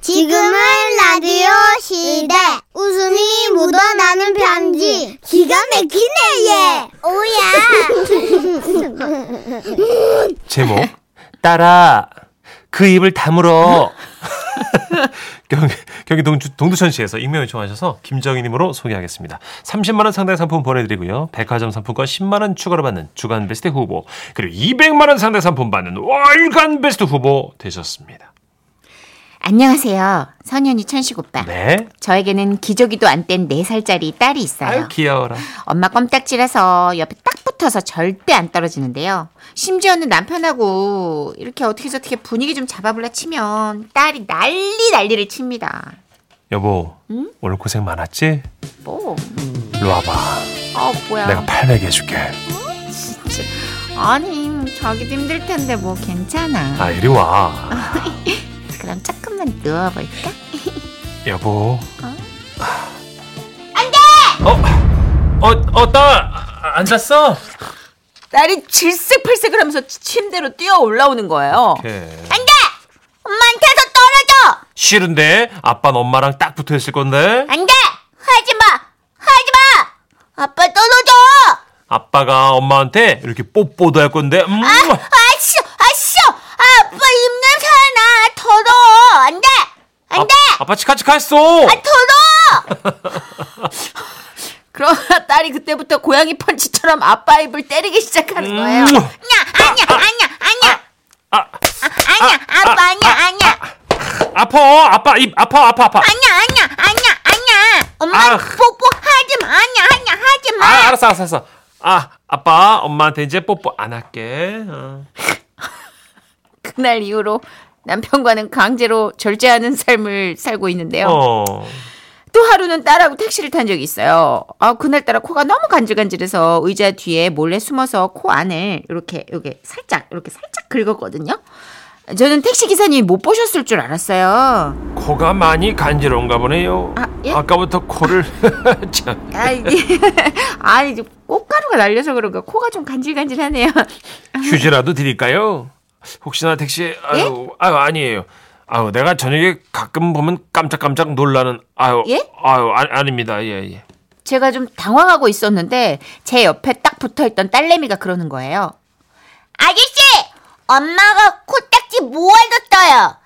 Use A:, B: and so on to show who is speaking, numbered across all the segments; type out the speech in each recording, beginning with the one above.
A: 지금은 라디오 시대. 웃음이 묻어나는 편지. 기가 막히네, 얘. 오야.
B: 제목 따라 그 입을 다물어 경, 경기 동주, 동두천시에서 익명 요청하셔서 김정희님으로 소개하겠습니다. 30만 원 상당의 상품 보내드리고요. 백화점 상품권 10만 원 추가로 받는 주간 베스트 후보 그리고 200만 원 상당 상품 받는 월간 베스트 후보 되셨습니다.
C: 안녕하세요. 선현이 천식 오빠.
B: 네.
C: 저에게는 기저귀도 안 뗀 4살짜리 딸이 있어요.
B: 아유 귀여워라.
C: 엄마 껌딱지라서 옆에 딱 붙어서 절대 안 떨어지는데요. 심지어는 남편하고 이렇게 어떻게 저떻게 분위기 좀 잡아볼라 치면 딸이 난리 난리를 칩니다.
B: 여보 오늘 고생 많았지?
C: 뭐?
B: 일로 와봐.
C: 아 뭐야?
B: 내가 800 해줄게.
C: 진짜. 아니 자기도 힘들 텐데 뭐 괜찮아.
B: 아 이리 와.
C: 그럼 조금만 누워볼까?
B: 여보. 안돼. 어? 어어어딸 안 잤어?
D: 딸이 질색팔색을 하면서 치- 침대로 뛰어 올라오는 거예요.
B: 오케이.
A: 엄마한테서 떨어져.
B: 싫은데 아빠는 엄마랑 딱 붙어 있을 건데
A: 안 돼. 하지 마. 하지 마. 아빠 떨어져.
B: 아빠가 엄마한테 이렇게 뽀뽀도 할 건데 음.
A: 아씨, 아씨, 아빠 입냄새 나 더러워. 안 돼, 안 돼, 아,
B: 아, 빠 치카치카 했어
A: 더러워.
D: 그러나 딸이 그때부터 고양이 펀치처럼 아빠 입을 때리기 시작하는 거예요.
B: 음.
A: 아니야, 아니야, 아니야, 아니야.
B: 아,
A: 아니야, 아빠 아니야, 아니야,
B: 아파 아빠 입 아파 아파 아파
A: 아니야, 아니야, 아니야, 아니야. 엄마
B: 아.
A: 뽀뽀 하지 마, 아니야, 아니야, 하지
B: 아,
A: 마.
B: 알았어 알았어 알았어 아 아빠 엄마한테 이제 뽀뽀 안 할게 어.
C: 그날 이후로 남편과는 강제로 절제하는 삶을 살고 있는데요.
B: 어.
C: 또 하루는 딸하고 택시를 탄 적이 있어요. 아, 그날따라 코가 너무 간질간질해서 의자 뒤에 몰래 숨어서 코 안을 이렇게, 이렇게 살짝, 이렇게 살짝 긁었거든요. 저는 택시 기사님이 못 보셨을 줄 알았어요.
B: 코가 많이 간지러운가 보네요
C: 아, 예?
B: 아까부터 코를 참.
C: 아, 이게, 아, 이제 꽃가루가 날려서 그런가 코가 좀 간질간질하네요.
B: 휴지라도 드릴까요 혹시나 택시
C: 예?
B: 아유 아유 아니에요 아유 내가 저녁에 가끔 보면 깜짝깜짝 놀라는 아유
C: 예?
B: 아유 아, 아닙니다 예 예.
C: 제가 좀 당황하고 있었는데 제 옆에 딱 붙어있던 딸내미가 그러는 거예요.
A: 아저씨, 엄마가 코딱지 모아뒀어요.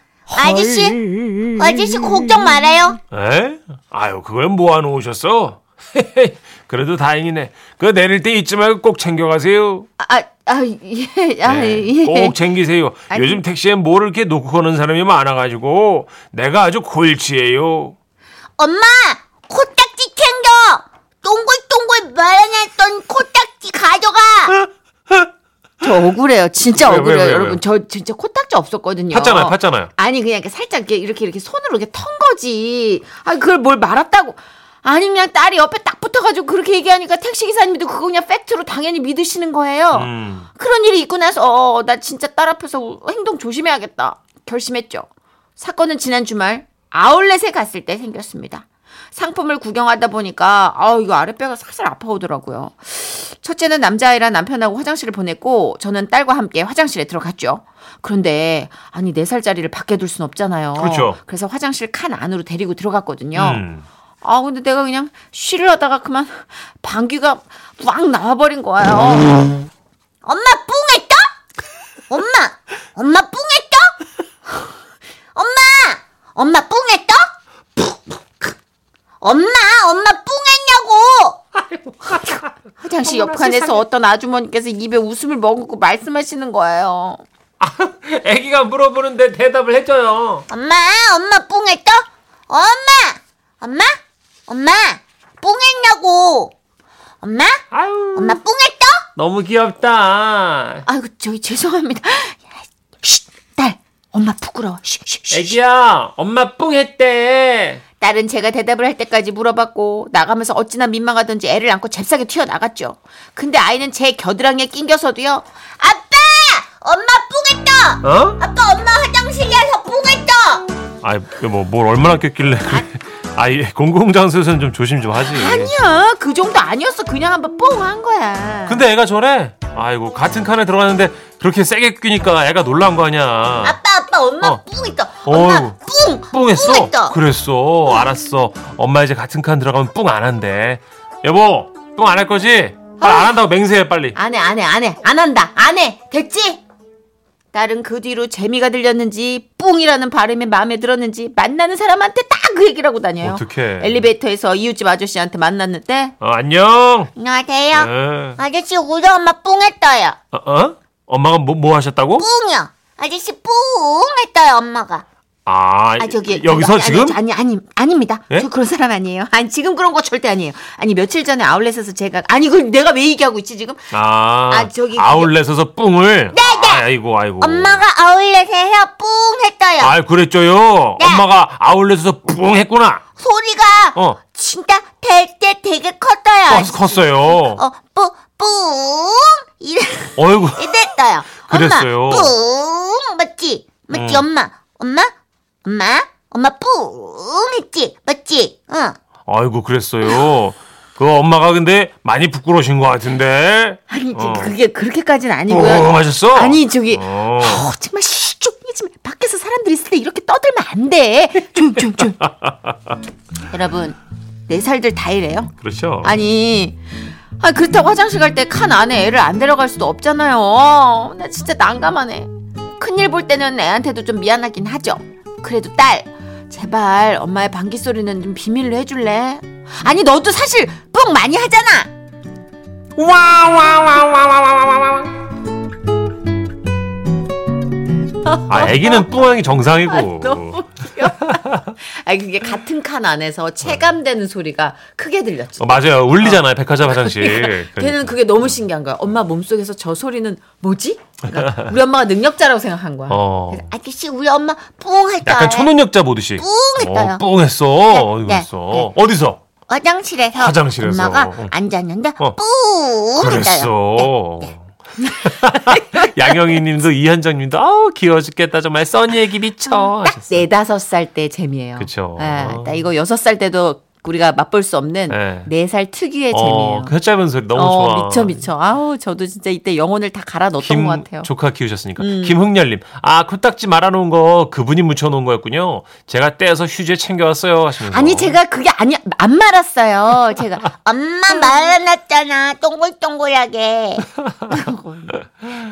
A: 아저씨, 아저씨 걱정 말아요.
B: 에? 아유, 그걸 모아놓으셨어? 그래도 다행이네. 그거 내릴 때 잊지 말고 꼭 챙겨가세요.
C: 아, 아, 예, 아,
B: 네,
C: 예.
B: 꼭 챙기세요.
C: 아니.
B: 요즘 택시에 뭐를 이렇게 놓고 가는 사람이 많아가지고 내가 아주 골치예요.
A: 엄마, 코딱지 챙겨. 동글동글 마련했던 코딱지 가져가.
C: 저 억울해요. 진짜
B: 왜, 왜,
C: 억울해요.
B: 왜, 왜?
C: 여러분, 저 진짜 코딱지 없었거든요.
B: 팠잖아요, 팠잖아요.
C: 아니, 그냥 이렇게 살짝 이렇게, 이렇게, 이렇게 손으로 이렇게 턴 거지. 아, 그걸 뭘 말았다고. 아니, 그냥 딸이 옆에 딱 붙어가지고 그렇게 얘기하니까 택시기사님도 그거 그냥 팩트로 당연히 믿으시는 거예요.
B: 음.
C: 그런 일이 있고 나서, 어, 나 진짜 딸 앞에서 행동 조심해야겠다. 결심했죠. 사건은 지난 주말 아울렛에 갔을 때 생겼습니다. 상품을 구경하다 보니까, 아 이거 아랫배가 살살 아파오더라고요. 첫째는 남자아이라 남편하고 화장실을 보냈고 저는 딸과 함께 화장실에 들어갔죠. 그런데 아니 네살짜리를 밖에 둘 순 없잖아요.
B: 그렇죠.
C: 래서 화장실 칸 안으로 데리고 들어갔거든요.
B: 음.
C: 아 근데 내가 그냥 쉬를 하다가 그만 방귀가 막 나와버린 거예요.
B: 음.
A: 엄마 뿡했다? 엄마, 엄마 뿡했다? 엄마, 엄마 뿡했다? 엄마, 엄마 뿡했냐고!
C: 화장실 그 옆칸에서 어떤 아주머니께서 입에 웃음을 머금고 말씀하시는 거예요.
B: 애기가 물어보는데 대답을 해줘요.
A: 엄마, 엄마 뿡했다? 엄마, 엄마, 엄마 뿡했냐고! 엄마,
B: 아유,
A: 엄마 뿡했다?
B: 너무 귀엽다.
C: 아이고 저기 죄송합니다. 쉿, 딸 엄마 부끄러워. 쉿, 쉿, 쉿.
B: 애기야, 엄마 뿡 했대.
C: 딸은 제가 대답을 할 때까지 물어봤고 나가면서 어찌나 민망하던지 애를 안고 잽싸게 튀어나갔죠. 근데 아이는 제 겨드랑이에 낑겨서도요.
A: 아빠! 엄마 뿡했다!
B: 어?
A: 아빠, 엄마 화장실에서 뿡했다!
B: 아이, 뭐, 뭘 얼마나 꼈길래. 그래. 아이, 공공장소에서는 좀 조심 좀 하지. 네.
C: 아니야 그 정도 아니었어 그냥 한번 뽕 한 거야.
B: 근데 애가 저래? 아이고 같은 칸에 들어갔는데 그렇게 세게 끼니까 애가 놀란 거 아니야.
A: 아빠, 아빠, 엄마
B: 어.
A: 뿡 했다. 엄마
B: 어이구.
A: 뿡!
B: 뿡했어?
A: 했다.
B: 그랬어. 알았어. 엄마 이제 같은 칸 들어가면 뿡 안 한대. 여보, 뿡 안 할 거지? 빨리 안 한다고 맹세해 빨리.
C: 안 해, 안 해, 안 해. 안 한다. 안 해. 됐지? 딸은 그 뒤로 재미가 들렸는지 뿡이라는 발음이 마음에 들었는지 만나는 사람한테 딱 그 얘기를 하고 다녀요.
B: 어떡해.
C: 엘리베이터에서 이웃집 아저씨한테 만났는데
B: 어, 안녕.
A: 안녕하세요.
B: 어,
A: 아저씨 우리 엄마 뿡 했다요.
B: 어? 엄마가 뭐, 뭐 하셨다고?
A: 뿡이요. 아저씨 뿡 했다요 엄마가.
B: 아,
C: 아 저기
B: 여기서
C: 아니,
B: 지금?
C: 아니 아니 아닙니다.
B: 예?
C: 저 그런 사람 아니에요. 아니 지금 그런 거 절대 아니에요. 아니 며칠 전에 아울렛에서 제가 아니 그걸 내가 왜 얘기하고 있지 지금?
B: 아,
C: 아, 저기 네, 그게-
B: 아울렛에서 뿡을. 아이고, 아이고.
A: 엄마가 아울렛에 헤어 뿡 했다요.
B: 아, 그랬죠요.
A: 네.
B: 엄마가 아울렛에서 뿡 했구나.
A: 소리가
B: 어.
A: 진짜 될 때 되게
C: 아,
A: 컸어요.
B: 컸- 컸어요.
A: 어, 뿌, 뿡! 이래,
B: 어이구.
A: 이랬어요.
B: 그랬어요.
A: 엄마, 뿡! 맞지? 맞지, 엄마? 엄마? 엄마? 엄마 뿡! 했지? 맞지? 응.
B: 아이고, 그랬어요. 그 엄마가 근데 많이 부끄러우신 것 같은데.
C: 아니
B: 어.
C: 그게 그렇게까지는 아니고요.
B: 뿡 하셨어?
C: 아니 저기
B: 어.
C: 어, 정말 시종이지만 밖에서 사람들 있을 때 이렇게 떠들면 안 돼. 좀좀좀 여러분 네 살들 다 이래요.
B: 그렇죠.
C: 아니, 아 그렇다고 화장실 갈 때 칸 안에 애를 안 데려갈 수도 없잖아요. 나 진짜 난감하네. 큰일 볼 때는 애한테도 좀 미안하긴 하죠. 그래도 딸, 제발 엄마의 방귀 소리는 좀 비밀로 해줄래? 아니 너도 사실 뿡 많이 하잖아.
B: 아, 애기는 뿡하는 게 정상이고.
C: 아, 너무 아 그게 같은 칸 안에서 체감되는 소리가 크게 들렸죠.
B: 어, 맞아요. 그러니까. 울리잖아요. 백화점 화장실.
C: 걔는 그게 너무 신기한 거야. 엄마 몸속에서 저 소리는 뭐지? 그러니까 우리 엄마가 능력자라고 생각한 거야.
B: 어.
A: 아저씨, 우리 엄마 뿡 했다.
B: 약간 초능력자 보듯이.
A: 했어요.
B: 어, 뿡했어. 어디
A: 네,
B: 갔어? 어디서?
A: 화장실에서,
B: 화장실에서.
A: 엄마가
B: 어.
A: 앉았는데
B: 어.
A: 뿡! 했어요.
B: 그랬어.
C: 네,
B: 양영희님도 이현정님도 아우 귀여워 죽겠다 정말 써니 얘기 미쳐.
C: 음, 딱 네다섯 살 때 재미예요.
B: 그쵸.
C: 예, 딱 이거 여섯 살 때도 우리가 맛볼 수
B: 예.
C: 없는 네 살 특유의
B: 어,
C: 재미예요.
B: 그 혀짧은 소리 너무
C: 어,
B: 좋아.
C: 미쳐 미쳐. 아우 저도 진짜 이때 영혼을 다 갈아 넣었던
B: 김
C: 것 같아요. 음.
B: 조카 키우셨으니까 김흥렬님 아 코딱지 말아놓은 거 그분이 묻혀놓은 거였군요. 제가 떼어서 휴지에 챙겨왔어요 하시면서.
C: 아니 제가 그게 아니 안 말았어요. 제가
A: 엄마 말아놨잖아, 동글동글하게.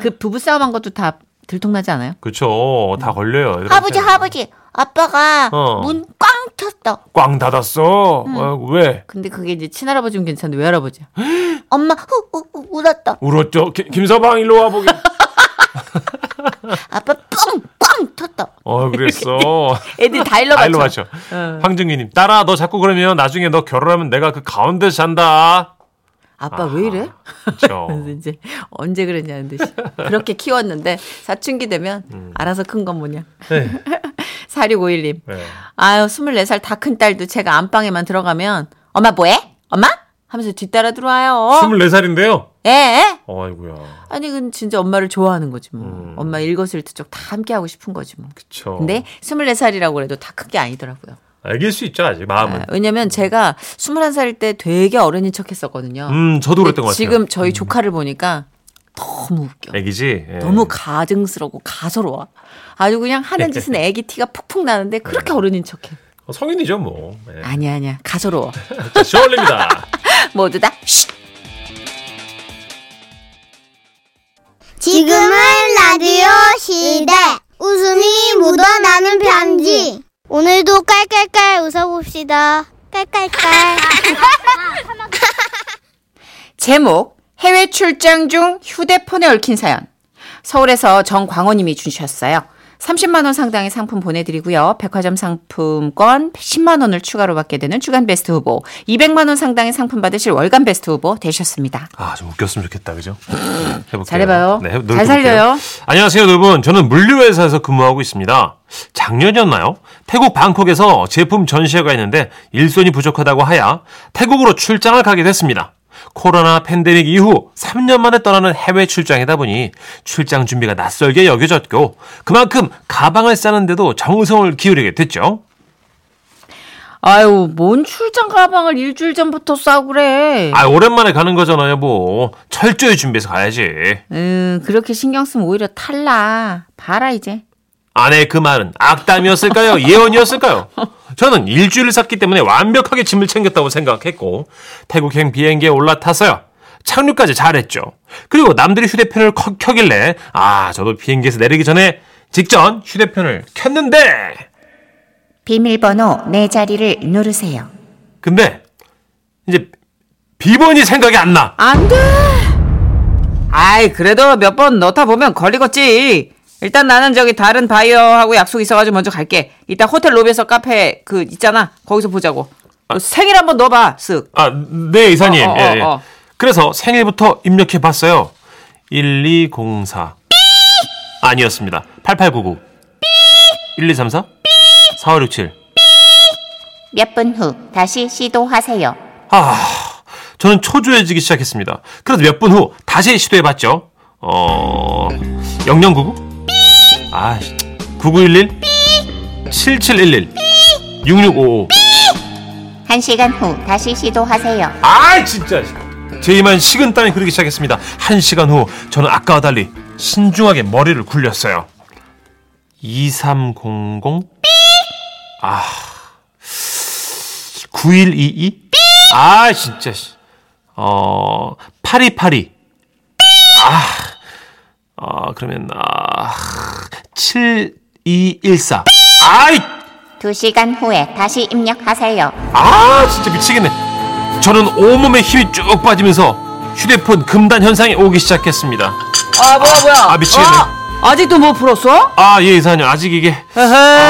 C: 그 부부 싸움한 것도 다 들통나지 않아요?
B: 그쵸 다 걸려요. 애들한테.
A: 아버지, 아버지, 아빠가
B: 어.
A: 문 꽝 쳤어.
B: 꽝 닫았어.
C: 음.
B: 아이고, 왜
C: 근데 그게 이제 친할아버지면 괜찮은데 외할아버지.
A: 엄마 후, 후, 후, 울었다.
B: 울었죠? 김- 김서방 일로 와 보게.
A: 아빠 뿡! 뿡! 쳤다.
B: 어 그랬어.
C: 애들 다 일러
B: 아, 일로
C: 맞죠. 어.
B: 맞죠. 황정민님, 딸아, 너 자꾸 그러면 나중에 너 결혼하면 내가 그 가운데서 잔다.
C: 아빠 왜 이래?
B: 그렇죠.
C: 그래서 이제 언제 그랬냐는 듯이 그렇게 키웠는데 사춘기 되면 알아서 큰 건 뭐냐.
B: 음. 네.
C: 4651님.
B: 네.
C: 아유, 24살 다 큰 딸도 제가 안방에만 들어가면 엄마 뭐해? 엄마? 하면서 뒤따라 들어와요.
B: 24살인데요. 어,
C: 예.
B: 아이고야.
C: 아니, 그건 진짜 엄마를 좋아하는 거지 뭐.
B: 음.
C: 엄마 일거수일투족 다 함께 하고 싶은 거지 뭐.
B: 그쵸.
C: 근데 24살이라고 해도 다 큰 게 아니더라고요.
B: 알길 수 있죠, 아직 뭐 마음은.
C: 아, 왜냐면 제가 21살 때 되게 어른인 척 했었거든요.
B: 음, 저도 그랬던 것 같아요.
C: 지금 저희 조카를 보니까 너무 웃겨.
B: 애기지? 예.
C: 너무 가증스럽고 가소로워. 아주 그냥 하는
B: 예.
C: 짓은 애기 티가 푹푹 나는데 그렇게 어른인 척해.
B: 어, 성인이죠, 뭐. 예.
C: 아니야, 아니야. 가소로워.
B: 자, 시원립니다.
C: 모두 다 쉿!
E: 지금은 라디오 시대. 웃음이 묻어나는 편지. 오늘도 깔깔깔 웃어봅시다. 깔깔깔.
C: 제목 해외 출장 중 휴대폰에 얽힌 사연 서울에서 정광호님이 주셨어요. 30만 원 상당의 상품 보내드리고요. 백화점 상품권 10만 원을 추가로 받게 되는 주간 베스트 후보, 200만 원 상당의 상품 받으실 월간 베스트 후보 되셨습니다.
B: 아, 좀 웃겼으면 좋겠다, 그죠? 해볼게요.
C: 잘해봐요.
B: 해- 노력해볼게요.
C: 잘 살려요.
B: 안녕하세요, 여러분. 저는 물류회사에서 근무하고 있습니다. 작년이었나요? 태국 방콕에서 제품 전시회가 있는데 일손이 부족하다고 하야 태국으로 출장을 가게 됐습니다. 코로나 팬데믹 이후 3년 만에 떠나는 해외 출장이다 보니 출장 준비가 낯설게 여겨졌고 그만큼 가방을 싸는데도 정성을 기울이게 됐죠.
C: 아유, 뭔 출장 가방을 일주일 전부터 싸고 그래.
B: 아, 오랜만에 가는 거잖아요, 뭐. 철저히 준비해서 가야지.
C: 음, 그렇게 신경 쓰면 오히려 탈라. 봐라 이제.
B: 아내의 그 말은 악담이었을까요? 예언이었을까요? 저는 일주일을 샀기 때문에 완벽하게 짐을 챙겼다고 생각했고 태국행 비행기에 올라타서요. 착륙까지 잘했죠. 그리고 남들이 휴대폰을 켜- 켜길래 아 저도 비행기에서 내리기 전에 직전 휴대폰을 켰는데
F: 비밀번호 네 자리를 누르세요.
B: 근데 이제 비번이 생각이 안 나.
C: 안 돼. 아이, 그래도 몇 번 넣다 보면 걸리겠지. 일단 나는 저기 다른 바이어하고 약속 있어가지고 먼저 갈게. 이따 호텔 로비에서 카페 그 있잖아. 거기서 보자고. 너 생일 한번 넣어봐, 쓱.
B: 아, 네, 이사님.
C: 어, 어,
B: 예, 예.
C: 어.
B: 그래서 생일부터 입력해 봤어요. 1204. 아니었습니다. 8899. 1234. 4567.
F: 몇 분 후 다시 시도하세요.
B: 아, 저는 초조해지기 시작했습니다. 그래서 몇 분 후 다시 시도해 봤죠. 어, 0099? 아, 9911? 7711? 6655?
F: 한시간후 다시 시도하세요.
B: 아 진짜 제 이만 식은땀이 흐르기 시작했습니다 한 시간 후 저는 아까와 달리 신중하게 머리를 굴렸어요 2300 아, 9122? 아, 진짜. 씨. 어, 8282. 아, 어, 그러면, 아, 7214. 아이!
F: 두시간 후에 다시 입력하세요.
B: 아 진짜 미치겠네 저는 온몸에 힘이 쭉 빠지면서 휴대폰 금단 현상이 오기 시작했습니다
C: 아, 뭐야, 뭐야.
B: 아, 미치겠네.
C: 어? 아직도 뭐 풀었어?
B: 아 예 이사님 아직 이게 아.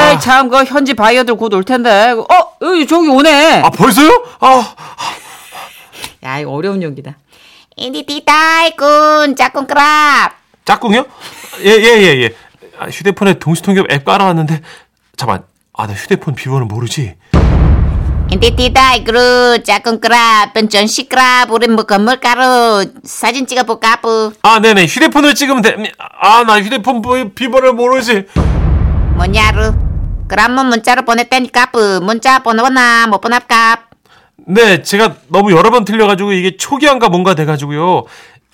C: 에헤이, 참, 그 현지 바이어들 곧 올 텐데. 어, 여기 저기 오네.
B: 아 벌써요? 아
C: 야, 이거 어려운 연기다.
F: 인디디다이군 짝꿍 크랍.
B: 짝꿍이요? 예 예 예예 아, 휴대폰에 동시통역 앱 깔아놨는데 잠깐 아나 휴대폰 비번을 모르지
F: 인디디다이그루 짝꿍 크랍 뻔전시 크랍 우리 뭐 건물 가루 사진 찍어볼까 뿌.
B: 아 네네 휴대폰을 찍으면 돼아나 휴대폰 비- 비번을 모르지
F: 뭐냐루. 그러면 문자로 보냈다니까 뿌. 문자 보내거나 못 보낼까.
B: 네 제가 너무 여러 번 틀려가지고 이게 초기화인가 뭔가 돼가지고요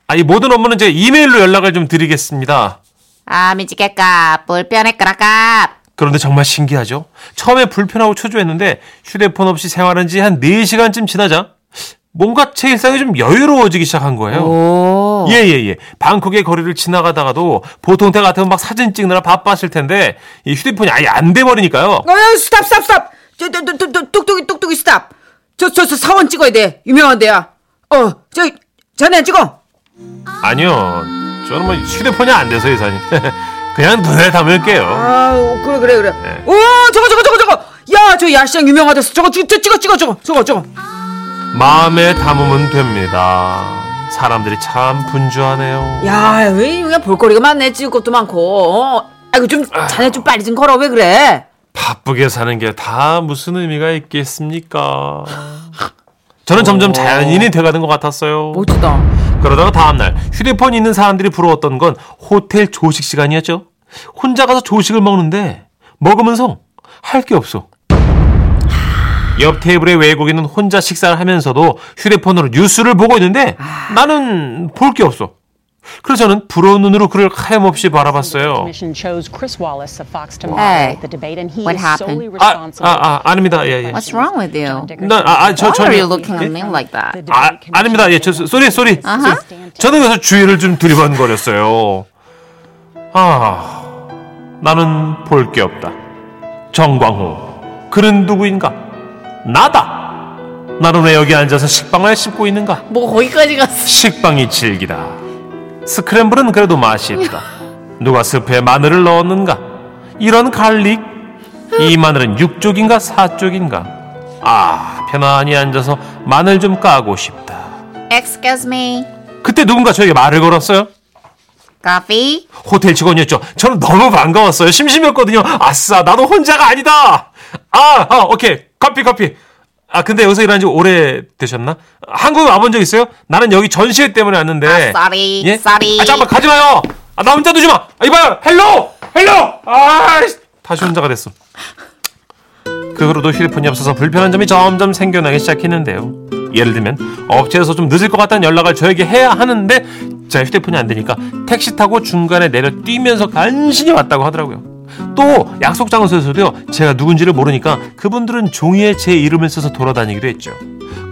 B: 아 이 모든 업무는 제가 이메일로 연락을 좀 드리겠습니다
F: 아 미치겠까 불편해 그라까.
B: 그런데 정말 신기하죠? 처음에 불편하고 초조했는데 휴대폰 없이 생활한 지 한 4시간쯤 지나자 뭔가 제 일상이 좀 여유로워지기 시작한 거예요. 예, 예, 예. 방콕의 거리를 지나가다가도 보통 때 같으면 막 사진 찍느라 바빴을 텐데 이 휴대폰이 아예 안 돼버리니까요.
C: 어, 야, 스탑, 스탑, 스탑. 저, 저, 저, 저, 저, 뚝뚝이, 뚝뚝이, 스탑. 저, 저, 저, 사원 찍어야 돼. 유명한 데야. 어, 저, 자네 안 찍어.
B: 아니요. 저는 뭐 휴대폰이 안 돼서 이사님. 그냥 눈에 담을게요.
C: 아우, 그래, 그래, 그래.
B: 네.
C: 오, 저거, 저거, 저거, 저거. 야, 저 야시장 유명하다서 저거, 저, 저, 찍어, 찍어, 저거, 저거, 저거.
B: 마음에 담으면 됩니다. 사람들이 참 분주하네요.
C: 야, 왜, 그냥 볼거리가 많네. 찍을 것도 많고. 어. 아이고, 좀, 자네 좀 빨리 좀 걸어. 왜 그래?
B: 바쁘게 사는 게 다 무슨 의미가 있겠습니까? 저는 점점 자연인이 돼가는 것 같았어요.
C: 멋지다.
B: 그러다가 다음날 휴대폰 있는 사람들이 부러웠던 건 호텔 조식 시간이었죠. 혼자 가서 조식을 먹는데 먹으면서 할 게 없어. 옆 테이블의 외국인은 혼자 식사를 하면서도 휴대폰으로 뉴스를 보고 있는데 나는 볼 게 없어. 그래서 저는 부러운 눈으로 그를 하염없이 바라봤어요.
G: Commission chose Chris Wallace of Fox to
F: Hey,
G: moderate the debate, and he
F: what
G: is solely
F: happened?
B: 아, 아,
G: responsible.
B: 아, 아닙니다. 예, 예.
F: What's wrong with you?
B: 나, 아, 아,
F: Why
B: 저, 저,
F: are you looking at me like Uh-huh.
G: The
F: that?
C: 네.
G: debate
B: 아,
G: commission
B: 아닙니다. 예, 저,
G: failed
B: 쏘리, 쏘리.
F: 아하.
B: 저는 그래서 주의를 좀 두리번거렸어요. 아, 나는 볼 게 없다. 정광호. 그는 누구인가? 나다. 나는 왜 여기 앉아서 식빵을 씹고 있는가?
D: 뭐 거기까지 갔어.
B: 식빵이 질기다. 스크램블은 그래도 맛이 있다. 누가 스프에 마늘을 넣었는가? 이런 갈릭. 이 마늘은 육쪽인가 사쪽인가? 아, 편안히 앉아서 마늘 좀 까고 싶다.
F: Excuse me.
B: 그때 누군가 저에게 말을 걸었어요.
F: Coffee?
B: 호텔 직원이었죠. 저는 너무 반가웠어요. 심심했거든요. 아싸, 나도 혼자가 아니다. 아, 아 오케이. 커피, 커피. 아, 근데 여기서 일한 지 오래 되셨나? 한국에 와본 적 있어요? 나는 여기 전시회 때문에 왔는데.
F: 아, sorry,
B: 예?
F: sorry.
B: 아, 잠깐만, 가지 마요. 아, 나 혼자 두지 마. 아, 이봐요. 헬로! 헬로! 아, 씨. 다시 혼자가 됐어. 그 후로도 휴대폰이 없어서 불편한 점이 점점 생겨나기 시작했는데요. 예를 들면 업체에서 좀 늦을 것 같다는 연락을 저에게 해야 하는데 제가 휴대폰이 안 되니까 택시 타고 중간에 내려 뛰면서 간신히 왔다고 하더라고요. 또 약속 장소에서도요 제가 누군지를 모르니까 그분들은 종이에 제 이름을 써서 돌아다니기도 했죠.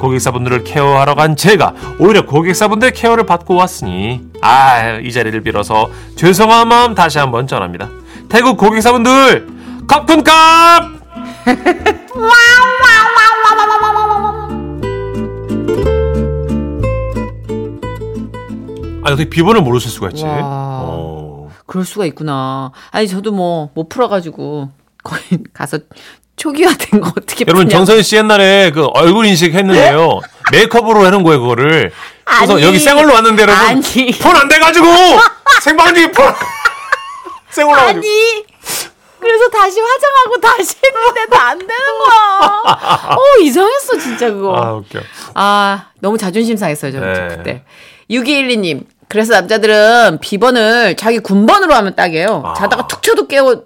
B: 고객사분들을 케어하러 간 제가 오히려 고객사분들의 케어를 받고 왔으니 아 이 자리를 빌어서 죄송한 마음 다시 한번 전합니다. 태국 고객사분들 커튼값 아니 어떻게 비번을 모르실 수가 있지?
C: 와.
B: 어.
C: 그럴 수가 있구나. 아니 저도 뭐 못 풀어가지고 거의 가서 초기화된 거 어떻게
B: 여러분
C: 푸냐.
B: 정선 씨 옛날에 그 얼굴 인식 했는데요 메이크업으로 해놓은 거예요 그거를. 그래서
C: 네? 아니.
B: 여기 생얼로 왔는데 여러분
C: 아니.
B: 폰 안 돼가지고 생방송 중에 폰 생얼로 가지고
C: 아니 그래서 다시 화장하고 다시 했는데도 안 되는 거야. 어 이상했어 진짜
B: 아
C: 그거.
B: 웃겨.
C: 아 너무 자존심 상했어요 저
B: 네.
C: 그때. 6212님 그래서 남자들은 비번을 자기 군번으로 하면 딱이에요.
B: 아.
C: 어, 자다가 툭 쳐도 깨워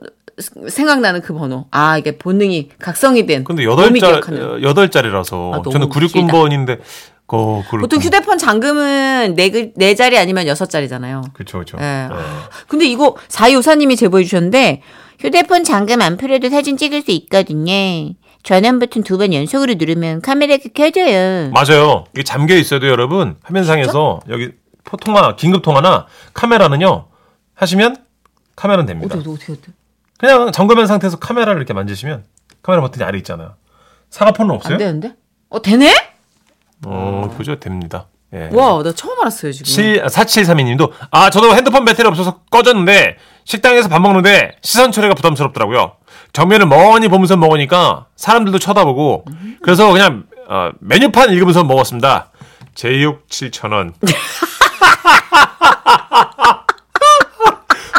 C: 생각나는 그 번호. 아 이게 본능이 각성이 된.
B: 근데
C: 몸이
B: 여덟 자
C: 기억하는.
B: 여덟 자리라서
C: 아, 너무
B: 저는 96군번인데 그 그걸-
C: 보통 휴대폰 잠금은 네, 글- 네 자리 아니면 여섯 자리잖아요.
B: 그쵸 그쵸.
C: 예.
B: 예.
C: 근데 이거 4254님이 제보해 주셨는데
F: 휴대폰 잠금 안 풀어도 사진 찍을 수 있거든요. 전원 버튼 두 번 연속으로 누르면 카메라가 켜져요.
B: 맞아요. 이게 잠겨 있어도 여러분 화면상에서 여기 포통화 긴급 통화나 카메라는요 하시면 카메라는 됩니다.
C: 어떻게 어떻게 어떻게
B: 그냥 잠그면 상태에서 카메라를 이렇게 만지시면 카메라 버튼이 아래 있잖아요. 사과폰은
C: 안
B: 없어요?
C: 되는데? 어 되네?
B: 어, 보죠. 됩니다. 예.
C: 와, 나 처음 알았어요, 지금.
B: 7, 4732님도, 아, 저도 핸드폰 배터리 없어서 꺼졌는데, 식당에서 밥 먹는데, 시선 처리가 부담스럽더라고요. 정면을 멍하니 보면서 먹으니까, 사람들도 쳐다보고, 그래서 그냥, 어, 메뉴판 읽으면서 먹었습니다. 제육 7,000원.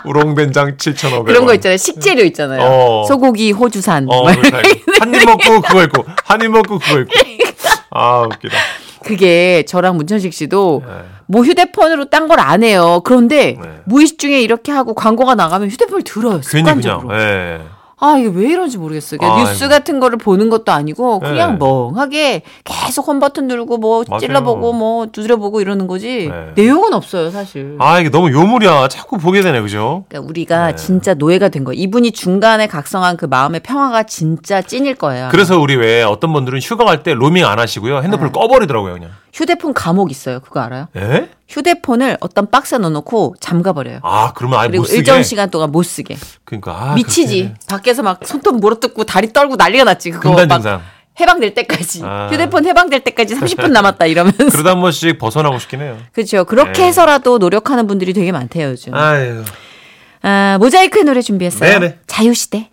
B: 우롱된장 7,500원.
C: 그런 거 있잖아요. 식재료 있잖아요.
B: 어.
C: 소고기, 호주산.
B: 어,
C: 막
B: 한입 먹고 그거 있고, 한입 먹고 그거 있고.
C: 그러니까.
B: 아, 웃기다.
C: 그게 저랑 문천식 씨도
B: 네.
C: 뭐 휴대폰으로 딴 걸 안 해요. 그런데
B: 네.
C: 무의식 중에 이렇게 하고 광고가 나가면 휴대폰을 들어요.
B: 괜히
C: 습관적으로.
B: 그냥, 예.
C: 아, 이게 왜 이런지 모르겠어요. 이게
B: 아,
C: 뉴스
B: 이거.
C: 같은 거를 보는 것도 아니고 그냥
B: 네.
C: 멍하게 계속 홈 버튼 누르고 뭐
B: 맞아요.
C: 찔러보고 뭐 두드려보고 이러는 거지
B: 네.
C: 내용은 없어요, 사실.
B: 아 이게 너무 요물이야. 자꾸 보게 되네, 그죠?
C: 그러니까 우리가
B: 네.
C: 진짜 노예가 된 거예요. 이분이 중간에 각성한 그 마음의 평화가 진짜 찐일 거예요.
B: 그래서 우리 왜 어떤 분들은 휴가 갈 때 로밍 안 하시고요.
C: 네.
B: 핸드폰을 꺼버리더라고요, 그냥.
C: 휴대폰 감옥 있어요. 그거 알아요?
B: 예?
C: 휴대폰을 어떤 박스에 넣어놓고 잠가버려요.
B: 아 그러면 아예
C: 그리고
B: 못 쓰게.
C: 일정 시간 동안 못 쓰게.
B: 그러니까 아,
C: 미치지.
B: 그렇게.
C: 밖에서 막 손톱 물어뜯고 다리 떨고 난리가 났지. 그거
B: 금단
C: 막
B: 증상.
C: 해방될 때까지.
B: 아.
C: 휴대폰 해방될 때까지 30분 남았다 이러면서.
B: 그러다 한 번씩 벗어나고 싶긴 해요.
C: 그렇죠. 그렇게
B: 네.
C: 해서라도 노력하는 분들이 되게 많대요, 요즘. 아,
B: 아유.
C: 모자이크의 노래 준비했어요.
B: 네네.
C: 자유시대.